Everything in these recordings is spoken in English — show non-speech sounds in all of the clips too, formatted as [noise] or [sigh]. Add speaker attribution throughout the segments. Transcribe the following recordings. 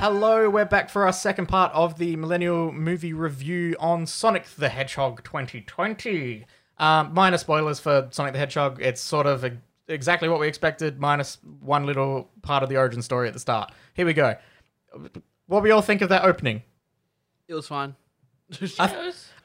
Speaker 1: Hello, we're back for our second part of the Millennial Movie Review on Sonic the Hedgehog 2020. Um, minor spoilers for Sonic the Hedgehog. It's sort of e- exactly what we expected, minus one little part of the origin story at the start. Here we go. What we all think of that opening?
Speaker 2: It was fine. [laughs]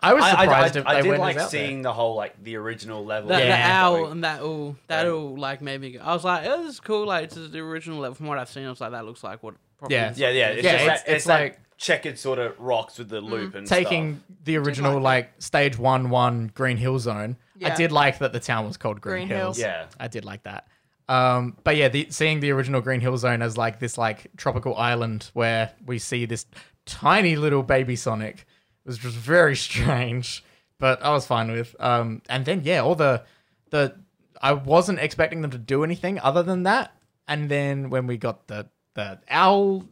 Speaker 1: I was
Speaker 3: I, I,
Speaker 1: surprised
Speaker 3: I, I
Speaker 1: if they
Speaker 3: did
Speaker 1: went
Speaker 3: like
Speaker 1: out there.
Speaker 3: seeing the whole like the original level.
Speaker 2: That,
Speaker 1: Yeah.
Speaker 2: the owl and that all that all like made me. Go, I was like, oh, this is cool. Like this is the original. Like, from what I've seen, I was like, that looks like what. Probably
Speaker 1: Yeah.
Speaker 2: is.
Speaker 3: Yeah, yeah. It's
Speaker 1: Yeah,
Speaker 3: just
Speaker 1: it's-
Speaker 3: that, it's,
Speaker 1: it's
Speaker 3: like
Speaker 1: like- Mm,
Speaker 3: checkered sort of rocks with the loop and
Speaker 1: taking
Speaker 3: stuff.
Speaker 1: the original
Speaker 4: like
Speaker 1: like, stage one one Green Hill Zone. I
Speaker 4: Yeah.
Speaker 1: did like that the town was called Green,
Speaker 4: Green
Speaker 1: Hills.
Speaker 4: Hills.
Speaker 3: Yeah.
Speaker 1: I did like that. Um, but yeah, the, seeing the original Green Hill Zone as like this like tropical island where we see this tiny little baby Sonic was just very [laughs] strange, but I was fine with. Um, and then yeah, all the the I wasn't expecting them to do anything other than that. And then when we got the the owl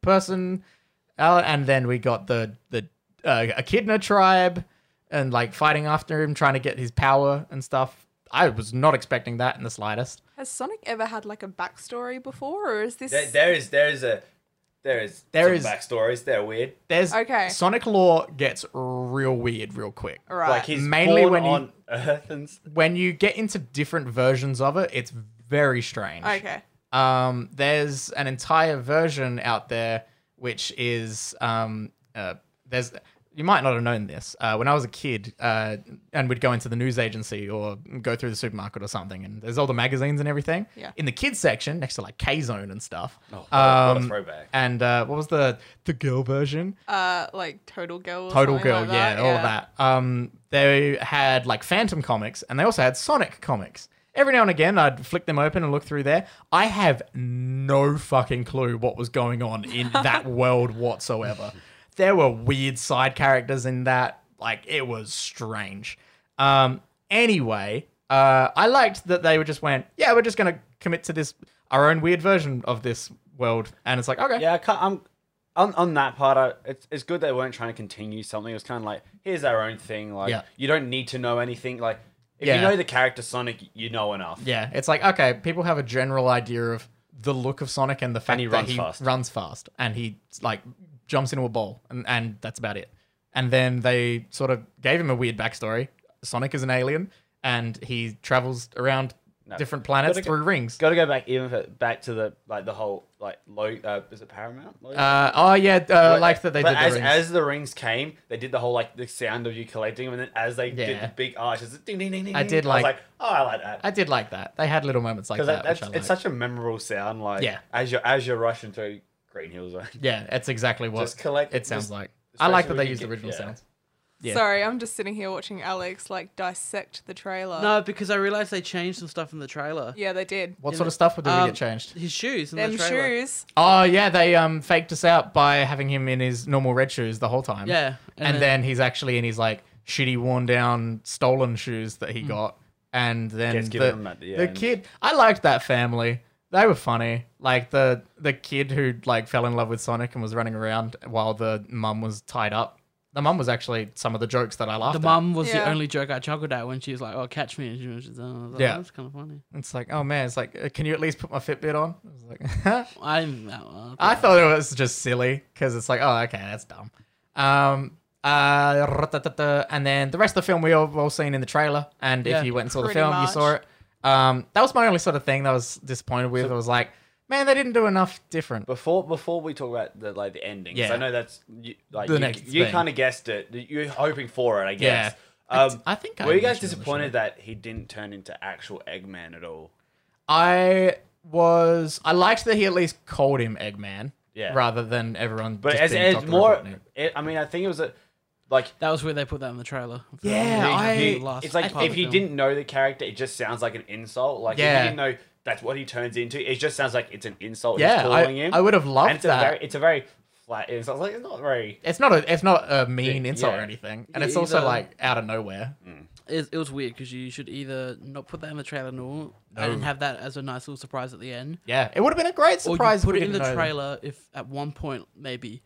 Speaker 1: person, owl, Oh, and then we got the the uh, Echidna tribe, and like fighting after him, trying to get his power and stuff. I was not expecting that in the slightest.
Speaker 4: Has Sonic ever had like a backstory before, or is this?
Speaker 3: There, there is there is a there is
Speaker 1: There
Speaker 3: some
Speaker 1: is-
Speaker 3: backstories. They're weird.
Speaker 1: There's
Speaker 4: Okay.
Speaker 1: Sonic lore gets real weird real quick.
Speaker 4: all right.
Speaker 3: Like he's
Speaker 1: Mainly
Speaker 3: mainly born
Speaker 1: when you-
Speaker 3: on Earth and s-
Speaker 1: When you get into different versions of it, it's very strange.
Speaker 4: okay.
Speaker 1: Um, there's an entire version out there which is um, uh, there's you might not have known this. Uh, when I was a kid, uh, and we'd go into the news agency or go through the supermarket or something, and there's all the magazines and everything.
Speaker 4: Yeah.
Speaker 1: In the kids section, next to like K Zone and stuff.
Speaker 3: Oh, what a- what a
Speaker 1: Um,
Speaker 3: throwback.
Speaker 1: And uh, what was the the girl version?
Speaker 4: Uh, like Total Girl. Or
Speaker 1: Total
Speaker 4: something
Speaker 1: Girl,
Speaker 4: like
Speaker 1: yeah,
Speaker 4: that.
Speaker 1: all of that. Um, they had like Phantom comics, and they also had Sonic comics. Every now and again, I'd flick them open and look through there. I have no fucking clue what was going on
Speaker 4: [laughs]
Speaker 1: in that world whatsoever. There were weird side characters in that. Like, it was strange. Um, anyway, uh, I liked that they were just went, yeah, we're just going to commit to this, our own weird version of this world. And it's like, okay.
Speaker 3: Yeah, I can't, I'm on on that part. I, it's it's good they weren't trying to continue something. It was kind of like here's our own thing. Like
Speaker 1: Yeah.
Speaker 3: you don't need to know anything. Like if
Speaker 1: Yeah.
Speaker 3: you know the character Sonic, you know enough.
Speaker 1: Yeah, it's like okay, people have a general idea of the look of Sonic and the fact
Speaker 3: he
Speaker 1: that
Speaker 3: runs
Speaker 1: he
Speaker 3: fast.
Speaker 1: runs fast and he like jumps into a ball and and that's about it. And then they sort of gave him a weird backstory. Sonic is an alien and he travels around different planets
Speaker 3: Gotta go-
Speaker 1: through rings.
Speaker 3: Got to go back even for, back to the like the whole like low. Uh, is it Paramount? Lo-
Speaker 1: Uh, oh yeah, uh, like that they
Speaker 3: but
Speaker 1: did the
Speaker 3: as,
Speaker 1: rings.
Speaker 3: as the rings came, they did the whole like the sound of you collecting them, and then as they did
Speaker 1: Yeah.
Speaker 3: the big arches, ding ding ding ding.
Speaker 1: I
Speaker 3: ding.
Speaker 1: did
Speaker 3: I was
Speaker 1: like-
Speaker 3: like, oh, I like that.
Speaker 1: I did like that. They had little moments like
Speaker 3: because
Speaker 1: that.
Speaker 3: that's
Speaker 1: which I
Speaker 3: it's
Speaker 1: liked.
Speaker 3: such a memorable sound. Like
Speaker 1: Yeah.
Speaker 3: as you're as you're rushing through Green Hills, right?
Speaker 1: yeah, that's exactly what
Speaker 3: Just collect-
Speaker 1: it sounds
Speaker 3: just-
Speaker 1: like. I like that
Speaker 3: especially
Speaker 1: they
Speaker 3: when you
Speaker 1: used
Speaker 3: get-
Speaker 1: original
Speaker 3: yeah.
Speaker 1: sounds. Yeah.
Speaker 4: Sorry, I'm just sitting here watching Alex like dissect the trailer.
Speaker 2: No, because I realized they changed some stuff in the trailer.
Speaker 4: Yeah, they did.
Speaker 1: What
Speaker 2: Yeah,
Speaker 1: sort of
Speaker 2: but-
Speaker 1: stuff would we
Speaker 2: Um,
Speaker 1: get changed?
Speaker 2: His shoes in
Speaker 4: Them
Speaker 2: the trailer.
Speaker 4: shoes.
Speaker 1: Oh yeah, they um faked us out by having him in his normal red shoes the whole time.
Speaker 2: Yeah,
Speaker 1: and, then, he's actually in his like shitty, worn down, stolen shoes that
Speaker 2: Hmm.
Speaker 1: he got, and then
Speaker 3: Gets
Speaker 1: the,
Speaker 3: given them at the end.
Speaker 1: kid. I liked that family. They were funny. Like the the kid who like fell in love with Sonic and was running around while the mum was tied up. The mum was actually some of the jokes that I laughed.
Speaker 2: the
Speaker 1: at.
Speaker 2: mum was the
Speaker 4: Yeah.
Speaker 2: only joke I chuckled at when she was like, "Oh, catch me!" And she was just, oh, I was like,
Speaker 1: Yeah.
Speaker 2: that's kind of funny.
Speaker 1: It's like, oh man, it's like, uh, can you at least put my Fitbit on? I was like, [laughs]
Speaker 2: I didn't that one.
Speaker 1: I thought it was just silly because it's like, oh, okay, that's dumb. Um, uh, ratatata, and then the rest of the film we all, all seen in the trailer, and
Speaker 2: Yeah.
Speaker 1: if you went and saw the
Speaker 4: Pretty
Speaker 1: film, you
Speaker 4: much.
Speaker 1: saw it. Um, that was my only sort of thing that I was disappointed with. I was like, man, they didn't do enough different.
Speaker 3: [laughs] Before before we talk about the like the ending, 'cause
Speaker 1: Yeah.
Speaker 3: I know that's you, like
Speaker 1: The
Speaker 3: you,
Speaker 1: next
Speaker 3: you
Speaker 1: thing.
Speaker 3: kind of guessed it. You're hoping for it, I guess.
Speaker 1: I-
Speaker 3: Um,
Speaker 1: I think I
Speaker 3: were you guys
Speaker 1: mentioned it on the
Speaker 3: disappointed that he didn't turn into actual Eggman at all?
Speaker 1: I was, I liked that he at least called him Eggman,
Speaker 3: Yeah.
Speaker 1: rather than everyone.
Speaker 3: But
Speaker 1: just
Speaker 3: as,
Speaker 1: being
Speaker 3: as
Speaker 1: Dr.
Speaker 3: more,
Speaker 1: Robotnik.
Speaker 3: it, I mean, I think it was a like
Speaker 2: that was where they put that in the trailer.
Speaker 1: Yeah, I-
Speaker 2: The last
Speaker 3: it's like
Speaker 2: part of
Speaker 3: if
Speaker 2: the
Speaker 3: you
Speaker 2: film.
Speaker 3: didn't know the character, it just sounds like an insult. Like
Speaker 1: Yeah.
Speaker 3: if you didn't know that's what he turns into, it just sounds like it's an insult. he's
Speaker 1: yeah,
Speaker 3: calling
Speaker 1: I,
Speaker 3: him.
Speaker 1: I would have loved
Speaker 3: and it's
Speaker 1: that.
Speaker 3: a very it's a very flat insult. Like it's not very.
Speaker 1: it's not a, it's not a mean
Speaker 3: Yeah.
Speaker 1: insult or anything, and it's
Speaker 2: Either-
Speaker 1: also like out of nowhere.
Speaker 2: it, it was weird because you should either not put that in the trailer at all and have that as a nice little surprise at the end,
Speaker 1: Yeah, it would have been a great
Speaker 2: or you
Speaker 1: surprise. if
Speaker 2: put
Speaker 1: we
Speaker 2: it in the
Speaker 1: didn't know that.
Speaker 2: trailer if at one point maybe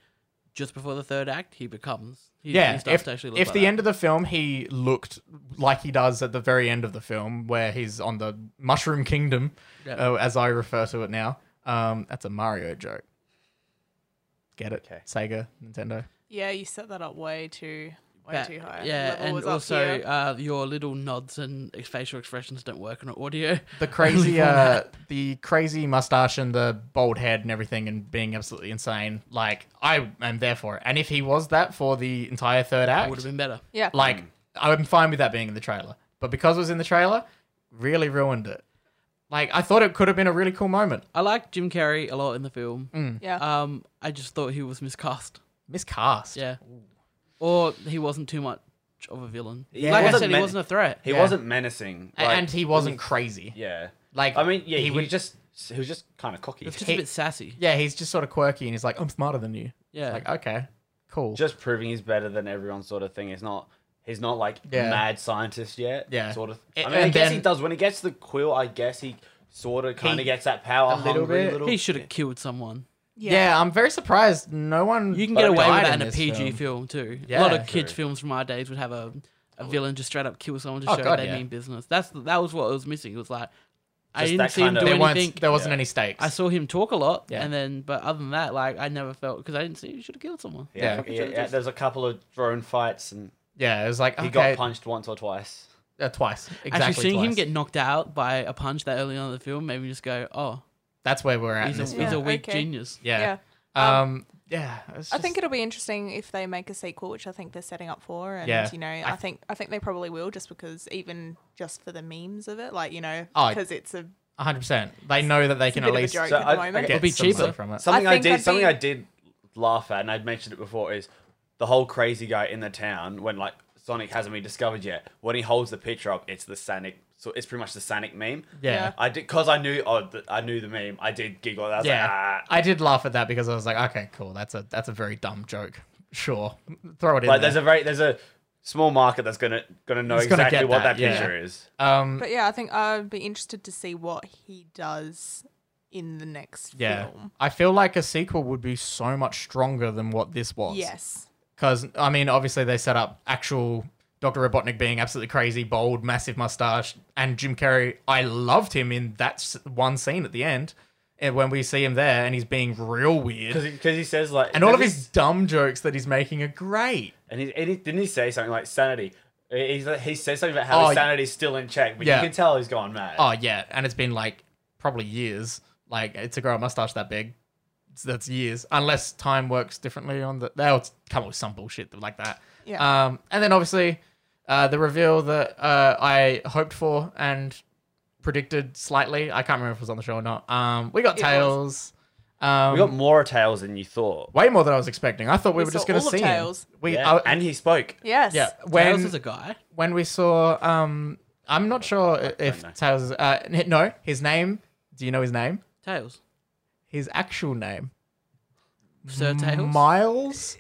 Speaker 2: just before the third act he becomes he,
Speaker 1: Yeah,
Speaker 2: he starts
Speaker 1: if,
Speaker 2: to actually look
Speaker 1: if
Speaker 2: like
Speaker 1: the
Speaker 2: that.
Speaker 1: end of the film he looked like he does at the very end of the film, where he's on the Mushroom Kingdom,
Speaker 2: Yeah.
Speaker 1: uh, as I refer to it now. Um, that's a Mario joke. Get it?
Speaker 3: Okay.
Speaker 1: Sega, Nintendo.
Speaker 4: Yeah, you set that up way too, way
Speaker 2: But-
Speaker 4: too high.
Speaker 2: Yeah,
Speaker 4: Level
Speaker 2: and
Speaker 4: was up
Speaker 2: also
Speaker 4: here.
Speaker 2: uh, your little nods and facial expressions don't work on audio. [laughs]
Speaker 1: The crazy,
Speaker 2: Only one
Speaker 1: uh, the crazy mustache and the bald head and everything, and being absolutely insane. Like I am there for it. And if he was that for the entire third act,
Speaker 2: would have been better.
Speaker 4: yeah,
Speaker 1: like I'm fine with that being in the trailer, but because it was in the trailer, really ruined it. Like I thought it could have been a really cool moment.
Speaker 2: I liked Jim Carrey a lot in the film.
Speaker 1: Mm.
Speaker 4: yeah.
Speaker 1: uh,
Speaker 2: Um, I just thought he was miscast.
Speaker 1: Miscast.
Speaker 2: Yeah, or he wasn't too much of a villain.
Speaker 3: Yeah,
Speaker 2: like
Speaker 3: he
Speaker 2: I
Speaker 3: wasn't
Speaker 2: said, he
Speaker 3: meant-
Speaker 2: wasn't a threat.
Speaker 3: He
Speaker 1: Yeah.
Speaker 3: wasn't menacing,
Speaker 1: A-
Speaker 3: like-
Speaker 1: and he wasn't crazy.
Speaker 3: Yeah,
Speaker 1: Like
Speaker 3: I mean, yeah, he,
Speaker 1: he
Speaker 3: was
Speaker 1: would.
Speaker 3: just he was just kind of cocky.
Speaker 2: It's just
Speaker 1: he-
Speaker 2: a bit sassy.
Speaker 1: Yeah, he's just sort of quirky, and he's like, "I'm smarter than you."
Speaker 2: Yeah,
Speaker 1: Like, okay, cool.
Speaker 3: just proving he's better than everyone sort of thing. It's not he's not like
Speaker 1: Yeah.
Speaker 3: mad scientist yet.
Speaker 1: Yeah.
Speaker 3: Sort of
Speaker 1: A-
Speaker 3: I mean I
Speaker 1: and
Speaker 3: guess
Speaker 1: then-
Speaker 3: he does. When he gets the quill, I guess he sort of kinda
Speaker 1: He-
Speaker 3: gets that power
Speaker 1: a little
Speaker 3: hungry
Speaker 1: bit.
Speaker 3: little
Speaker 2: he should have killed someone.
Speaker 1: yeah. I'm very surprised. No one.
Speaker 2: You can
Speaker 3: But
Speaker 2: get
Speaker 3: I mean,
Speaker 2: away with
Speaker 1: died
Speaker 2: that
Speaker 1: in
Speaker 2: in a
Speaker 1: this
Speaker 2: PG
Speaker 1: film.
Speaker 2: film, too. a lot
Speaker 1: Yeah.
Speaker 2: of kids'
Speaker 3: True.
Speaker 2: films from our days would have a, a villain just straight up kill someone to
Speaker 1: Oh,
Speaker 2: show
Speaker 1: God,
Speaker 2: they
Speaker 1: yeah.
Speaker 2: mean business. That's that was what was missing. It was like I
Speaker 3: Just
Speaker 2: didn't
Speaker 3: that
Speaker 2: see him
Speaker 3: kind
Speaker 2: do
Speaker 3: of-
Speaker 1: there
Speaker 2: anything.
Speaker 1: weren't. There wasn't
Speaker 3: Yeah.
Speaker 1: any stakes.
Speaker 2: I saw him talk a lot,
Speaker 1: Yeah.
Speaker 2: and then but other than that, like I never felt because I didn't see he should have killed someone.
Speaker 1: Yeah.
Speaker 3: Yeah, yeah, yeah, there's a couple of drone fights and
Speaker 1: yeah, it was like
Speaker 3: he
Speaker 1: okay,
Speaker 3: got punched once or twice.
Speaker 1: uh, twice. Exactly.
Speaker 2: Actually, seeing him
Speaker 1: twice.
Speaker 2: get knocked out by a punch that early on in the film made me just go, "Oh,
Speaker 1: That's where we're at.
Speaker 2: he's
Speaker 1: in
Speaker 2: a,
Speaker 1: this
Speaker 2: he's
Speaker 1: film.
Speaker 2: a
Speaker 4: Yeah,
Speaker 2: weak
Speaker 4: okay.
Speaker 2: genius."
Speaker 1: Yeah.
Speaker 4: Yeah.
Speaker 1: Um. Yeah. it's
Speaker 4: I
Speaker 1: just-
Speaker 4: think it'll be interesting if they make a sequel, which I think they're setting up for. And
Speaker 1: Yeah.
Speaker 4: you know, I, think I think they probably will, just because even just for the memes of it, like you know,
Speaker 1: Oh,
Speaker 4: because it's a
Speaker 1: 100. percent They know that they can
Speaker 4: bit
Speaker 1: at
Speaker 4: of a
Speaker 1: least
Speaker 4: joke
Speaker 3: So
Speaker 4: at the
Speaker 3: I- I
Speaker 4: moment.
Speaker 3: guess-
Speaker 1: get
Speaker 2: It'll be
Speaker 1: some money
Speaker 2: cheaper.
Speaker 1: from it.
Speaker 3: Something I,
Speaker 4: think
Speaker 3: did
Speaker 4: I'd
Speaker 3: something
Speaker 4: be-
Speaker 3: I did laugh at and I'd mentioned it before is the whole crazy guy in the town when like Sonic hasn't been discovered yet. When he holds the picture up, it's the Sonic so it's pretty much the Sonic meme.
Speaker 1: Yeah.
Speaker 3: I did because I knew oh th- I knew the meme. I did giggle. I was like,
Speaker 1: Yeah,
Speaker 3: ah.
Speaker 1: I did laugh at that because I was like, okay, cool. That's a that's a very dumb joke. Sure, throw it in.
Speaker 3: Like
Speaker 1: there.
Speaker 3: there's a very there's a small market that's gonna gonna know
Speaker 1: It's gonna
Speaker 3: exactly
Speaker 1: get
Speaker 3: what
Speaker 1: that,
Speaker 3: that,
Speaker 1: yeah.
Speaker 3: picture is.
Speaker 1: um,
Speaker 4: But yeah, I think I'd be interested to see what he does in the next
Speaker 1: yeah.
Speaker 4: film.
Speaker 1: I feel like a sequel would be so much stronger than what this was.
Speaker 4: Yes.
Speaker 1: because I mean, obviously they set up actual Doctor Robotnik being absolutely crazy, bold, massive mustache, and Jim Carrey. I loved him in that s- one scene at the end, and when we see him there, and he's being real weird.
Speaker 3: Because he, 'cause he says like
Speaker 1: And all of
Speaker 3: doesn't
Speaker 1: his dumb jokes that he's making are great.
Speaker 3: he- and he, and he didn't he say something like sanity. He's like, he says something about how
Speaker 1: Oh,
Speaker 3: his sanity's still in check, but
Speaker 1: yeah.
Speaker 3: you can tell he's gone mad.
Speaker 1: Oh yeah, and it's been like probably years. Like it's a grow a mustache that big. It's- That's years, unless time works differently on the. They'll come up with some bullshit like that.
Speaker 4: Yeah.
Speaker 1: Um, and then obviously, uh, the reveal that uh, I hoped for and predicted slightly. I can't remember if it was on the show or not. Um, we got
Speaker 4: It was.
Speaker 1: tails. Um,
Speaker 3: we got more tales than you thought.
Speaker 1: way more than I was expecting. I thought we,
Speaker 4: We
Speaker 1: were just
Speaker 4: saw
Speaker 1: going to
Speaker 4: all of
Speaker 1: see
Speaker 4: Tails.
Speaker 1: Him. We
Speaker 3: yeah.
Speaker 1: uh,
Speaker 3: and he spoke.
Speaker 4: Yes.
Speaker 1: yeah.
Speaker 2: Tails
Speaker 1: When
Speaker 2: is a guy.
Speaker 1: when we saw um I'm not sure if
Speaker 3: know.
Speaker 1: Tails is- uh n- no, his name. Do you know his name?
Speaker 2: Tails,
Speaker 1: His actual name.
Speaker 2: Sir Tails.
Speaker 1: Miles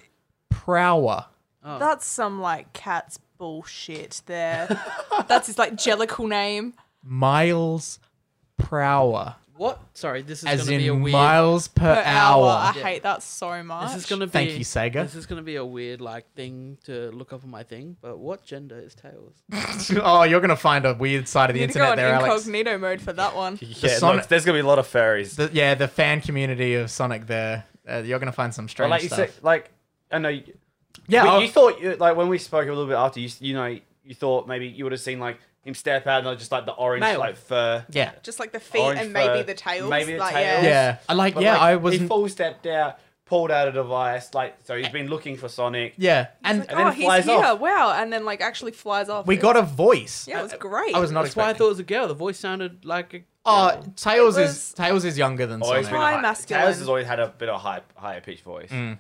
Speaker 1: Prower.
Speaker 2: Oh.
Speaker 4: That's some like cat's bullshit there. That's his like jellical name.
Speaker 1: Miles Prower.
Speaker 2: what? Sorry, this is
Speaker 1: As
Speaker 2: gonna be a
Speaker 1: in
Speaker 2: weird.
Speaker 1: miles per,
Speaker 4: Per hour.
Speaker 1: hour.
Speaker 4: I hate that so much.
Speaker 2: This is gonna be.
Speaker 1: Thank you, Sega.
Speaker 2: This is gonna be a weird like thing to look up on my thing. But what gender is Tails?
Speaker 1: [laughs] oh, you're gonna find a weird side of the
Speaker 4: you need to go
Speaker 1: internet
Speaker 4: on
Speaker 1: there, Alex.
Speaker 4: incognito mode for that one.
Speaker 3: Yeah,
Speaker 1: Sonic-
Speaker 3: look, there's gonna be a lot of fairies.
Speaker 1: The- yeah, the fan community of Sonic there. Uh, you're gonna find some
Speaker 3: But
Speaker 1: strange
Speaker 3: Oh, like you
Speaker 1: stuff.
Speaker 3: said, like I know. You,
Speaker 1: yeah,
Speaker 3: But
Speaker 1: I'll-
Speaker 3: you thought you, like when we spoke a little bit after you, you know, you thought maybe you would have seen like him step out and like, just like the orange
Speaker 2: Male.
Speaker 3: like fur.
Speaker 1: yeah,
Speaker 4: Just like the feet
Speaker 3: Orange
Speaker 4: and maybe
Speaker 3: fur,
Speaker 4: the tails.
Speaker 3: maybe the
Speaker 4: like,
Speaker 3: tails.
Speaker 4: Yeah.
Speaker 1: yeah. I like.
Speaker 3: But,
Speaker 1: yeah,
Speaker 3: like,
Speaker 1: I
Speaker 3: He
Speaker 1: was.
Speaker 3: full stepped out, pulled out a device, like so he's been looking for Sonic.
Speaker 1: Yeah, and
Speaker 4: Like,
Speaker 3: And then
Speaker 4: oh,
Speaker 3: it
Speaker 4: he's
Speaker 3: flies
Speaker 4: here!
Speaker 3: off.
Speaker 4: Wow! And then like actually flies off.
Speaker 1: we
Speaker 4: It-
Speaker 1: got a voice.
Speaker 4: Yeah, it was great.
Speaker 1: I was not
Speaker 2: That's why I
Speaker 1: expecting.
Speaker 2: thought it was a girl. The voice sounded like a.
Speaker 1: Oh, Tails
Speaker 4: It
Speaker 1: is
Speaker 4: was-
Speaker 1: Tails is younger than
Speaker 3: Always
Speaker 1: Sonic.
Speaker 3: Oh, been a
Speaker 4: High
Speaker 3: high,
Speaker 4: masculine.
Speaker 3: Tails has always had a bit of high, higher pitched voice.
Speaker 1: Mm.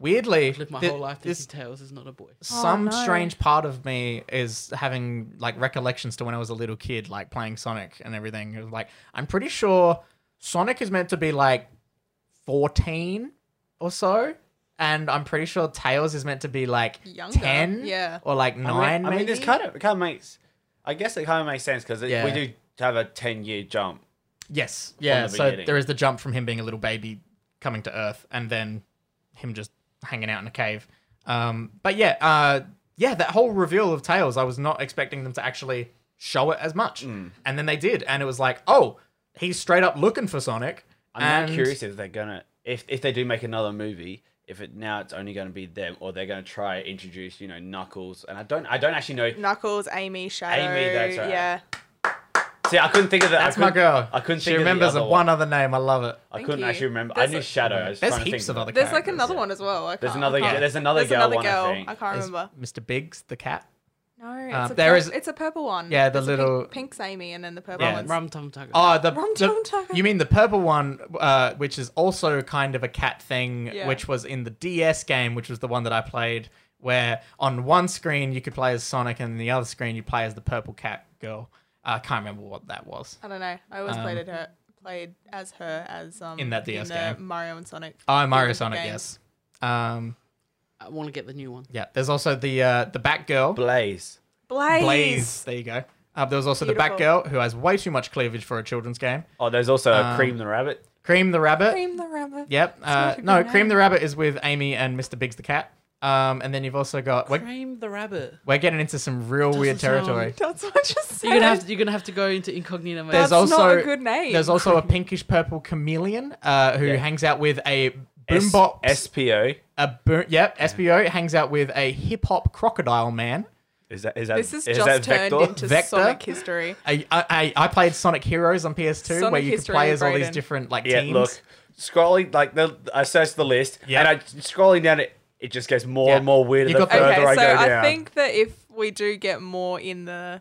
Speaker 1: Weirdly,
Speaker 2: Lived my
Speaker 1: thi-
Speaker 2: whole life
Speaker 1: this
Speaker 2: thinking Tails is not a boy.
Speaker 1: some
Speaker 4: Oh, no.
Speaker 1: strange part of me is having like recollections to when I was a little kid, like playing Sonic and everything. It was like I'm pretty sure Sonic is meant to be like 14 or so, and I'm pretty sure Tails is meant to be like
Speaker 4: Younger,
Speaker 1: 10,
Speaker 4: yeah.
Speaker 1: or like
Speaker 3: I
Speaker 1: nine.
Speaker 3: mean, I mean,
Speaker 1: maybe?
Speaker 3: this kind of it kind of makes. I guess it kind of makes sense because
Speaker 1: Yeah.
Speaker 3: we do have a ten year jump.
Speaker 1: Yes. Yeah.
Speaker 3: the
Speaker 1: So
Speaker 3: beginning.
Speaker 1: there is the jump from him being a little baby coming to Earth and then him just hanging out in a cave. Um, but yeah, uh, yeah, that whole reveal of Tails, I was not expecting them to actually show it as much.
Speaker 3: Mm.
Speaker 1: And then they did. And it was like, oh, he's straight up looking for Sonic.
Speaker 3: I'm not
Speaker 1: and-
Speaker 3: curious if they're gonna if if they do make another movie, if it now it's only going to be them, or they're going to try introduce you know Knuckles, and I don't I don't actually know.
Speaker 4: Knuckles, Amy, Shadow.
Speaker 3: that's right.
Speaker 4: Yeah.
Speaker 3: See, I couldn't think of that.
Speaker 1: That's my girl.
Speaker 3: I couldn't
Speaker 1: She
Speaker 3: think of the
Speaker 1: remembers
Speaker 3: other
Speaker 1: one.
Speaker 3: one.
Speaker 1: other name. I love it.
Speaker 3: I
Speaker 4: Thank
Speaker 3: couldn't
Speaker 4: you.
Speaker 3: actually remember.
Speaker 4: There's
Speaker 3: I knew
Speaker 4: a-
Speaker 3: Shadow. I was
Speaker 1: There's
Speaker 3: trying to
Speaker 1: heaps
Speaker 3: think
Speaker 1: of other
Speaker 4: There's like
Speaker 1: characters,
Speaker 4: another
Speaker 1: yeah.
Speaker 4: one as well. I
Speaker 3: There's
Speaker 4: can't-
Speaker 3: another-
Speaker 4: I can't-
Speaker 3: there's another
Speaker 4: there's
Speaker 3: girl
Speaker 4: another
Speaker 3: one, I
Speaker 4: girl.
Speaker 3: think.
Speaker 4: can't
Speaker 1: There's
Speaker 4: remember.
Speaker 1: Mr. Biggs, the cat.
Speaker 4: No, it's,
Speaker 1: Um,
Speaker 4: a
Speaker 1: there
Speaker 4: pur-
Speaker 1: is-
Speaker 4: it's a purple one.
Speaker 1: Yeah, the
Speaker 4: There's a pink-
Speaker 1: little-
Speaker 4: pink's Amy, and then the purple
Speaker 1: Yeah.
Speaker 4: one's
Speaker 2: Rum tum tugger.
Speaker 1: Oh, the,
Speaker 4: Uh, Rum
Speaker 1: the-
Speaker 4: tum tugger.
Speaker 1: you mean the purple one, uh, which is also kind of a cat thing,
Speaker 4: Yeah.
Speaker 1: which was in the DS game, which was the one that I played, where on one screen you could play as Sonic and the other screen you play as the purple cat girl. Uh, I can't remember what that was.
Speaker 4: I don't know. I always
Speaker 1: Um,
Speaker 4: played it her played as her as um
Speaker 1: In that DS
Speaker 4: the
Speaker 1: game.
Speaker 4: Mario and Sonic.
Speaker 1: Oh, Mario
Speaker 4: Games.
Speaker 1: Sonic, yes. Um,
Speaker 2: I want to get the new one.
Speaker 1: yeah, there's also the uh, the Batgirl.
Speaker 3: [laughs] Blaze.
Speaker 4: Blaze.
Speaker 1: Blaze. There you go. Uh, there was also
Speaker 4: Beautiful.
Speaker 1: the Batgirl, who has way too much cleavage for a children's game.
Speaker 3: Oh, there's also
Speaker 1: Um,
Speaker 3: Cream the Rabbit.
Speaker 1: Cream the Rabbit.
Speaker 4: Cream the rabbit.
Speaker 1: Yep. Uh,
Speaker 4: not a
Speaker 1: no,
Speaker 4: good
Speaker 1: Cream
Speaker 4: name.
Speaker 1: the Rabbit is with Amy and Mr. Biggs the cat. Um, and then you've also got we're,
Speaker 2: Cream the rabbit.
Speaker 1: we're getting into some real weird
Speaker 2: sound-
Speaker 1: territory.
Speaker 4: That's what I
Speaker 2: [laughs]
Speaker 4: just said.
Speaker 2: You're gonna have to, you're gonna have to go into incognito mode.
Speaker 1: There's a-
Speaker 4: That's not
Speaker 1: also-
Speaker 4: a good name.
Speaker 1: There's also a pinkish purple chameleon uh, who
Speaker 3: Yeah.
Speaker 1: hangs out with a
Speaker 3: S-
Speaker 1: boombox.
Speaker 3: SPO.
Speaker 1: a boom, yep, SBO hangs out with a hip hop crocodile man.
Speaker 3: Is that is that
Speaker 4: this has
Speaker 3: is
Speaker 4: just
Speaker 3: that
Speaker 4: turned
Speaker 3: Vector?
Speaker 4: into
Speaker 1: Vector?
Speaker 4: Sonic history.
Speaker 1: I, I, I- I played Sonic Heroes on PS2 where
Speaker 4: Sonic
Speaker 1: you could
Speaker 4: History,
Speaker 1: play as all these
Speaker 4: Brayden.
Speaker 1: different like
Speaker 3: Yeah,
Speaker 1: teams.
Speaker 3: look, scrolling like the I searched the list,
Speaker 1: Yeah.
Speaker 3: and I scrolling down it, it just gets more
Speaker 1: Yeah.
Speaker 3: and more weird
Speaker 1: You
Speaker 3: the
Speaker 1: got the-
Speaker 3: further
Speaker 4: Okay,
Speaker 3: I
Speaker 4: so
Speaker 3: go
Speaker 4: I
Speaker 3: down.
Speaker 4: think that if we do get more in the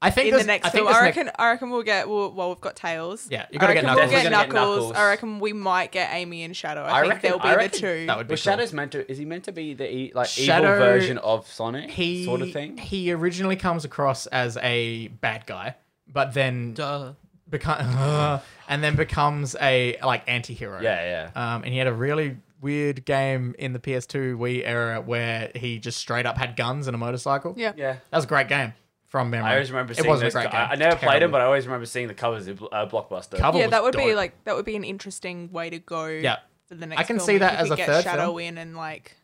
Speaker 1: I think
Speaker 4: in the
Speaker 1: this-
Speaker 4: next
Speaker 1: I think
Speaker 4: film, I
Speaker 1: this
Speaker 4: reckon I reckon we'll get well, well we've got tails.
Speaker 1: Yeah, you gotta
Speaker 4: I
Speaker 1: get
Speaker 4: reckon
Speaker 1: Knuckles.
Speaker 4: We'll get
Speaker 3: Definitely gonna get
Speaker 4: Knuckles. I
Speaker 3: Knuckles.
Speaker 4: reckon we might get Amy and Shadow. I,
Speaker 3: I
Speaker 4: think
Speaker 3: reckon-
Speaker 4: they'll be
Speaker 3: I
Speaker 4: the
Speaker 3: reckon
Speaker 4: two.
Speaker 1: that would be
Speaker 3: But
Speaker 1: cool.
Speaker 3: Shadow's meant to is he meant to be the e- like
Speaker 1: Shadow-
Speaker 3: evil version of Sonic
Speaker 1: he
Speaker 3: sort of thing?
Speaker 1: He originally comes across as a bad guy, but then
Speaker 2: Duh.
Speaker 1: become [laughs] and then becomes a like anti-hero.
Speaker 3: Yeah, yeah.
Speaker 1: Um, and he had a really weird game in the PS2 Wii era where he just straight up had guns and a motorcycle.
Speaker 4: yeah.
Speaker 3: yeah.
Speaker 1: That was a great game from memory.
Speaker 3: I always remember
Speaker 1: it
Speaker 3: seeing
Speaker 1: wasn't
Speaker 3: this.
Speaker 1: a great game.
Speaker 3: I, I never played him,
Speaker 1: Terrible.
Speaker 3: but I always remember seeing the covers of uh, Blockbuster.
Speaker 1: Cover
Speaker 4: yeah,
Speaker 1: was
Speaker 4: that would be
Speaker 1: dope.
Speaker 4: like that would be an interesting way to go.
Speaker 1: Yeah.
Speaker 4: for the next.
Speaker 1: can
Speaker 4: film,
Speaker 1: see
Speaker 4: if
Speaker 1: that
Speaker 4: we
Speaker 1: as
Speaker 4: could
Speaker 1: a
Speaker 4: get
Speaker 1: third
Speaker 4: Shadow
Speaker 1: film.
Speaker 4: in and like.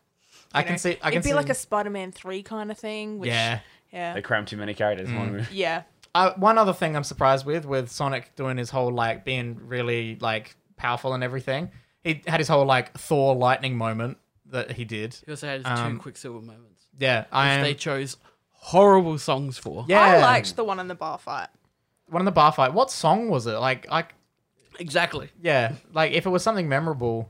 Speaker 1: I
Speaker 4: you
Speaker 1: can
Speaker 4: know,
Speaker 1: see. I can
Speaker 4: it'd be
Speaker 1: see.
Speaker 4: like a Spider-Man three kind of thing. Which,
Speaker 1: yeah.
Speaker 4: yeah,
Speaker 3: They crammed too many characters
Speaker 1: Mm.
Speaker 3: in
Speaker 1: [laughs]
Speaker 3: one movie.
Speaker 4: yeah.
Speaker 1: Uh, one other thing I'm surprised with, with Sonic doing his whole like being really like powerful and everything, he had his whole like Thor lightning moment that he did.
Speaker 2: You also had his
Speaker 1: Um,
Speaker 2: two Quicksilver moments.
Speaker 1: Yeah, I
Speaker 2: Which
Speaker 1: am.
Speaker 2: they chose horrible songs for.
Speaker 1: yeah,
Speaker 4: I liked the one in the bar fight.
Speaker 1: one in the bar fight. What song was it? Like, I
Speaker 2: Exactly.
Speaker 1: yeah, like if it was something memorable,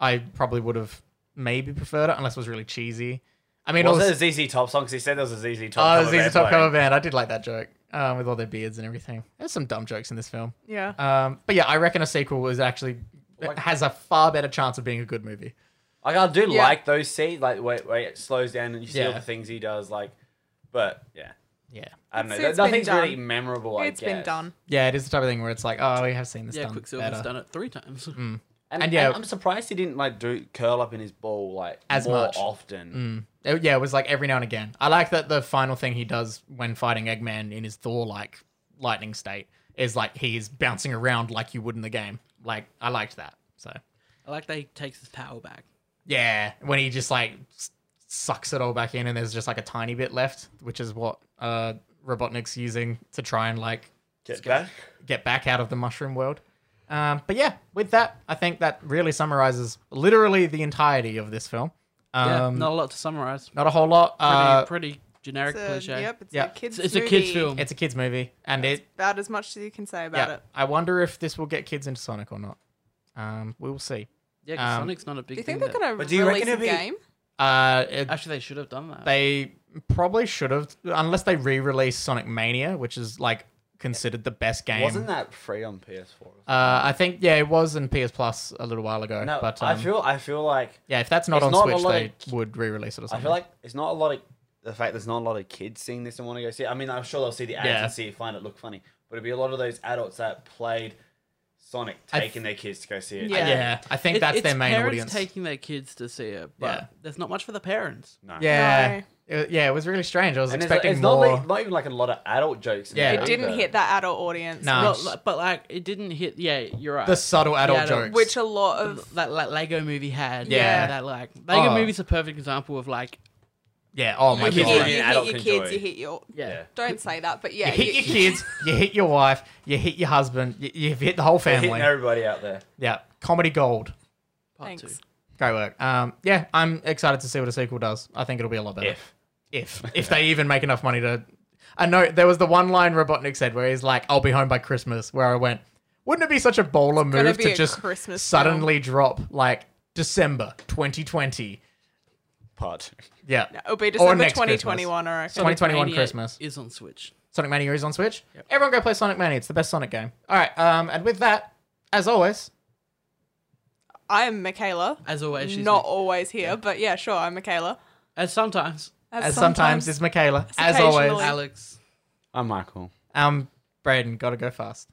Speaker 1: I probably would have maybe preferred it unless it was really cheesy. I mean,
Speaker 3: Was
Speaker 1: also,
Speaker 3: it a ZZ Top song? Because he said there was a ZZ Top.
Speaker 1: oh,
Speaker 3: cover
Speaker 1: it was
Speaker 3: band
Speaker 1: ZZ Top
Speaker 3: playing.
Speaker 1: cover band. I did like that joke um, with all their beards and everything. There's some dumb jokes in this film,
Speaker 4: Yeah,
Speaker 1: um, but yeah, I reckon a sequel is actually
Speaker 3: Like-
Speaker 1: has a far better chance of being a good movie.
Speaker 3: Like I do
Speaker 4: Yeah.
Speaker 3: like those scenes, like where, where it slows down and you see all
Speaker 1: Yeah.
Speaker 3: the things he does, like. But yeah,
Speaker 1: Yeah,
Speaker 3: I don't know.
Speaker 4: It's-
Speaker 3: There-
Speaker 4: it's been
Speaker 3: Nothing's
Speaker 4: done.
Speaker 3: really
Speaker 1: Oh,
Speaker 3: memorable.
Speaker 4: it's
Speaker 3: I guess.
Speaker 4: been done.
Speaker 1: yeah, it is the type of thing where it's like, oh, we have seen this
Speaker 2: Yeah,
Speaker 1: done
Speaker 2: Quicksilver's
Speaker 1: better. Mm.
Speaker 2: done it three times.
Speaker 3: And,
Speaker 1: And, yeah-
Speaker 3: and I'm surprised he didn't like do curl up in his ball like
Speaker 1: As
Speaker 3: more
Speaker 1: much.
Speaker 3: often.
Speaker 1: It- yeah, it was like every now and again. I like that the final thing he does when fighting Eggman in his Thor like lightning state is like he is bouncing around like you would in the game. Like I liked that. So
Speaker 2: [laughs] I like that he takes his power back.
Speaker 1: yeah, when he just like s- sucks it all back in and there's just like a tiny bit left, which is what uh Robotnik's using to try and like
Speaker 3: Get back.
Speaker 1: get back out of the mushroom world. Um, but yeah, with that, I think that really summarizes literally the entirety of this film. Um,
Speaker 2: yeah,
Speaker 1: not-,
Speaker 2: not a lot to summarize. Pretty,
Speaker 1: a whole lot. Uh,
Speaker 2: pretty generic
Speaker 4: It's a,
Speaker 2: cliche.
Speaker 4: yep, it's
Speaker 1: Yeah.
Speaker 4: a kids.
Speaker 2: It's, it's a kids
Speaker 4: movie.
Speaker 2: film.
Speaker 1: it's a kids movie, and it
Speaker 4: About as much as you can say about
Speaker 1: yeah,
Speaker 4: it.
Speaker 1: I wonder if this will get kids into Sonic or not. Um, we will see.
Speaker 2: yeah, 'cause
Speaker 1: um,
Speaker 2: Sonic's not a big.
Speaker 4: Do you
Speaker 2: thing
Speaker 4: think
Speaker 2: that-
Speaker 4: they're gonna
Speaker 3: But do you
Speaker 4: release
Speaker 3: reckon
Speaker 4: a
Speaker 3: it'd be-
Speaker 4: game?
Speaker 1: Uh, it-
Speaker 2: Actually, they should have done that.
Speaker 1: they probably should have, unless they re-release Sonic Mania, which is like considered the best game.
Speaker 3: Wasn't that free on PS4?
Speaker 1: Uh, I think yeah, it was in PS Plus a little while ago.
Speaker 3: no,
Speaker 1: but um,
Speaker 3: I feel I feel like
Speaker 1: yeah, if that's not
Speaker 3: it's
Speaker 1: on
Speaker 3: not a
Speaker 1: Switch,
Speaker 3: lot
Speaker 1: they
Speaker 3: of-
Speaker 1: would re-release it or
Speaker 3: I
Speaker 1: something.
Speaker 3: feel like it's not a lot of the fact there's not a lot of kids seeing this and want to go see. it. I mean, I'm sure they'll see the ads
Speaker 1: Yeah.
Speaker 3: and see it, find it look funny, but it'd be a lot of those adults that played Sonic
Speaker 1: I
Speaker 3: taking their kids to go see it.
Speaker 4: Yeah.
Speaker 1: yeah. I think
Speaker 2: It-
Speaker 1: that's
Speaker 2: it's
Speaker 1: their main
Speaker 2: parents
Speaker 1: audience.
Speaker 2: taking their kids to see it, but
Speaker 1: Yeah.
Speaker 2: there's not much for the parents.
Speaker 3: No.
Speaker 1: Yeah, It- yeah, it was really strange. I was
Speaker 3: And it's, like,
Speaker 1: expecting
Speaker 3: it's not,
Speaker 1: more.
Speaker 3: like, not even like a lot of adult jokes. in
Speaker 1: Yeah.
Speaker 3: there
Speaker 4: It didn't
Speaker 3: either.
Speaker 4: hit that adult audience.
Speaker 1: Nah.
Speaker 2: Not, li- but like, it didn't hit. Yeah, you're right.
Speaker 1: Um, the subtle adult
Speaker 2: adult-
Speaker 1: jokes.
Speaker 4: Which a lot
Speaker 2: L-
Speaker 4: of
Speaker 2: that like Lego movie had.
Speaker 1: Yeah.
Speaker 2: that like Lego
Speaker 1: Oh.
Speaker 2: movie's a perfect example of like.
Speaker 1: yeah. Oh my
Speaker 3: Like,
Speaker 4: you
Speaker 3: kids
Speaker 1: god.
Speaker 4: hit,
Speaker 3: and
Speaker 4: you hit
Speaker 3: adults
Speaker 4: your
Speaker 3: enjoy.
Speaker 4: kids, you hit your
Speaker 3: Yeah.
Speaker 4: Don't say that, but yeah,
Speaker 1: You hit
Speaker 4: [laughs] you-
Speaker 1: your kids, you hit your wife, you hit your husband, you, you've hit the whole
Speaker 3: They're hitting
Speaker 1: family.
Speaker 3: everybody out there.
Speaker 1: Yeah, comedy gold.
Speaker 2: Part two.
Speaker 4: Thanks.
Speaker 1: Great work. Um, yeah, I'm excited to see what a sequel does. I think it'll be a lot better.
Speaker 3: If.
Speaker 1: If. If they even make enough money to. I know there was the one line Robotnik said where he's like, I'll be home by Christmas, where I went, wouldn't it be such a bowler
Speaker 4: gonna
Speaker 1: move
Speaker 4: be
Speaker 1: to
Speaker 4: a
Speaker 1: just
Speaker 4: Christmas
Speaker 1: suddenly drop like December 2020?
Speaker 3: Part
Speaker 1: Yeah.
Speaker 4: It'll be December
Speaker 1: next
Speaker 4: 2021, I reckon.
Speaker 1: Sonic 2021
Speaker 2: Mania
Speaker 1: Christmas.
Speaker 2: is on Switch.
Speaker 1: Sonic Mania is on Switch. Everyone go play Sonic Mania. It's the best Sonic game. All right. Um, and with that, as always,
Speaker 4: I am Michaela.
Speaker 2: As always, she's
Speaker 4: Not
Speaker 2: Nick.
Speaker 4: always here, but yeah, sure, I'm Michaela.
Speaker 2: as sometimes
Speaker 1: as sometimes, is Michaela. As
Speaker 4: occasionally.
Speaker 1: always,
Speaker 2: Alex.
Speaker 3: I'm Michael.
Speaker 1: um, Braden, gotta go fast.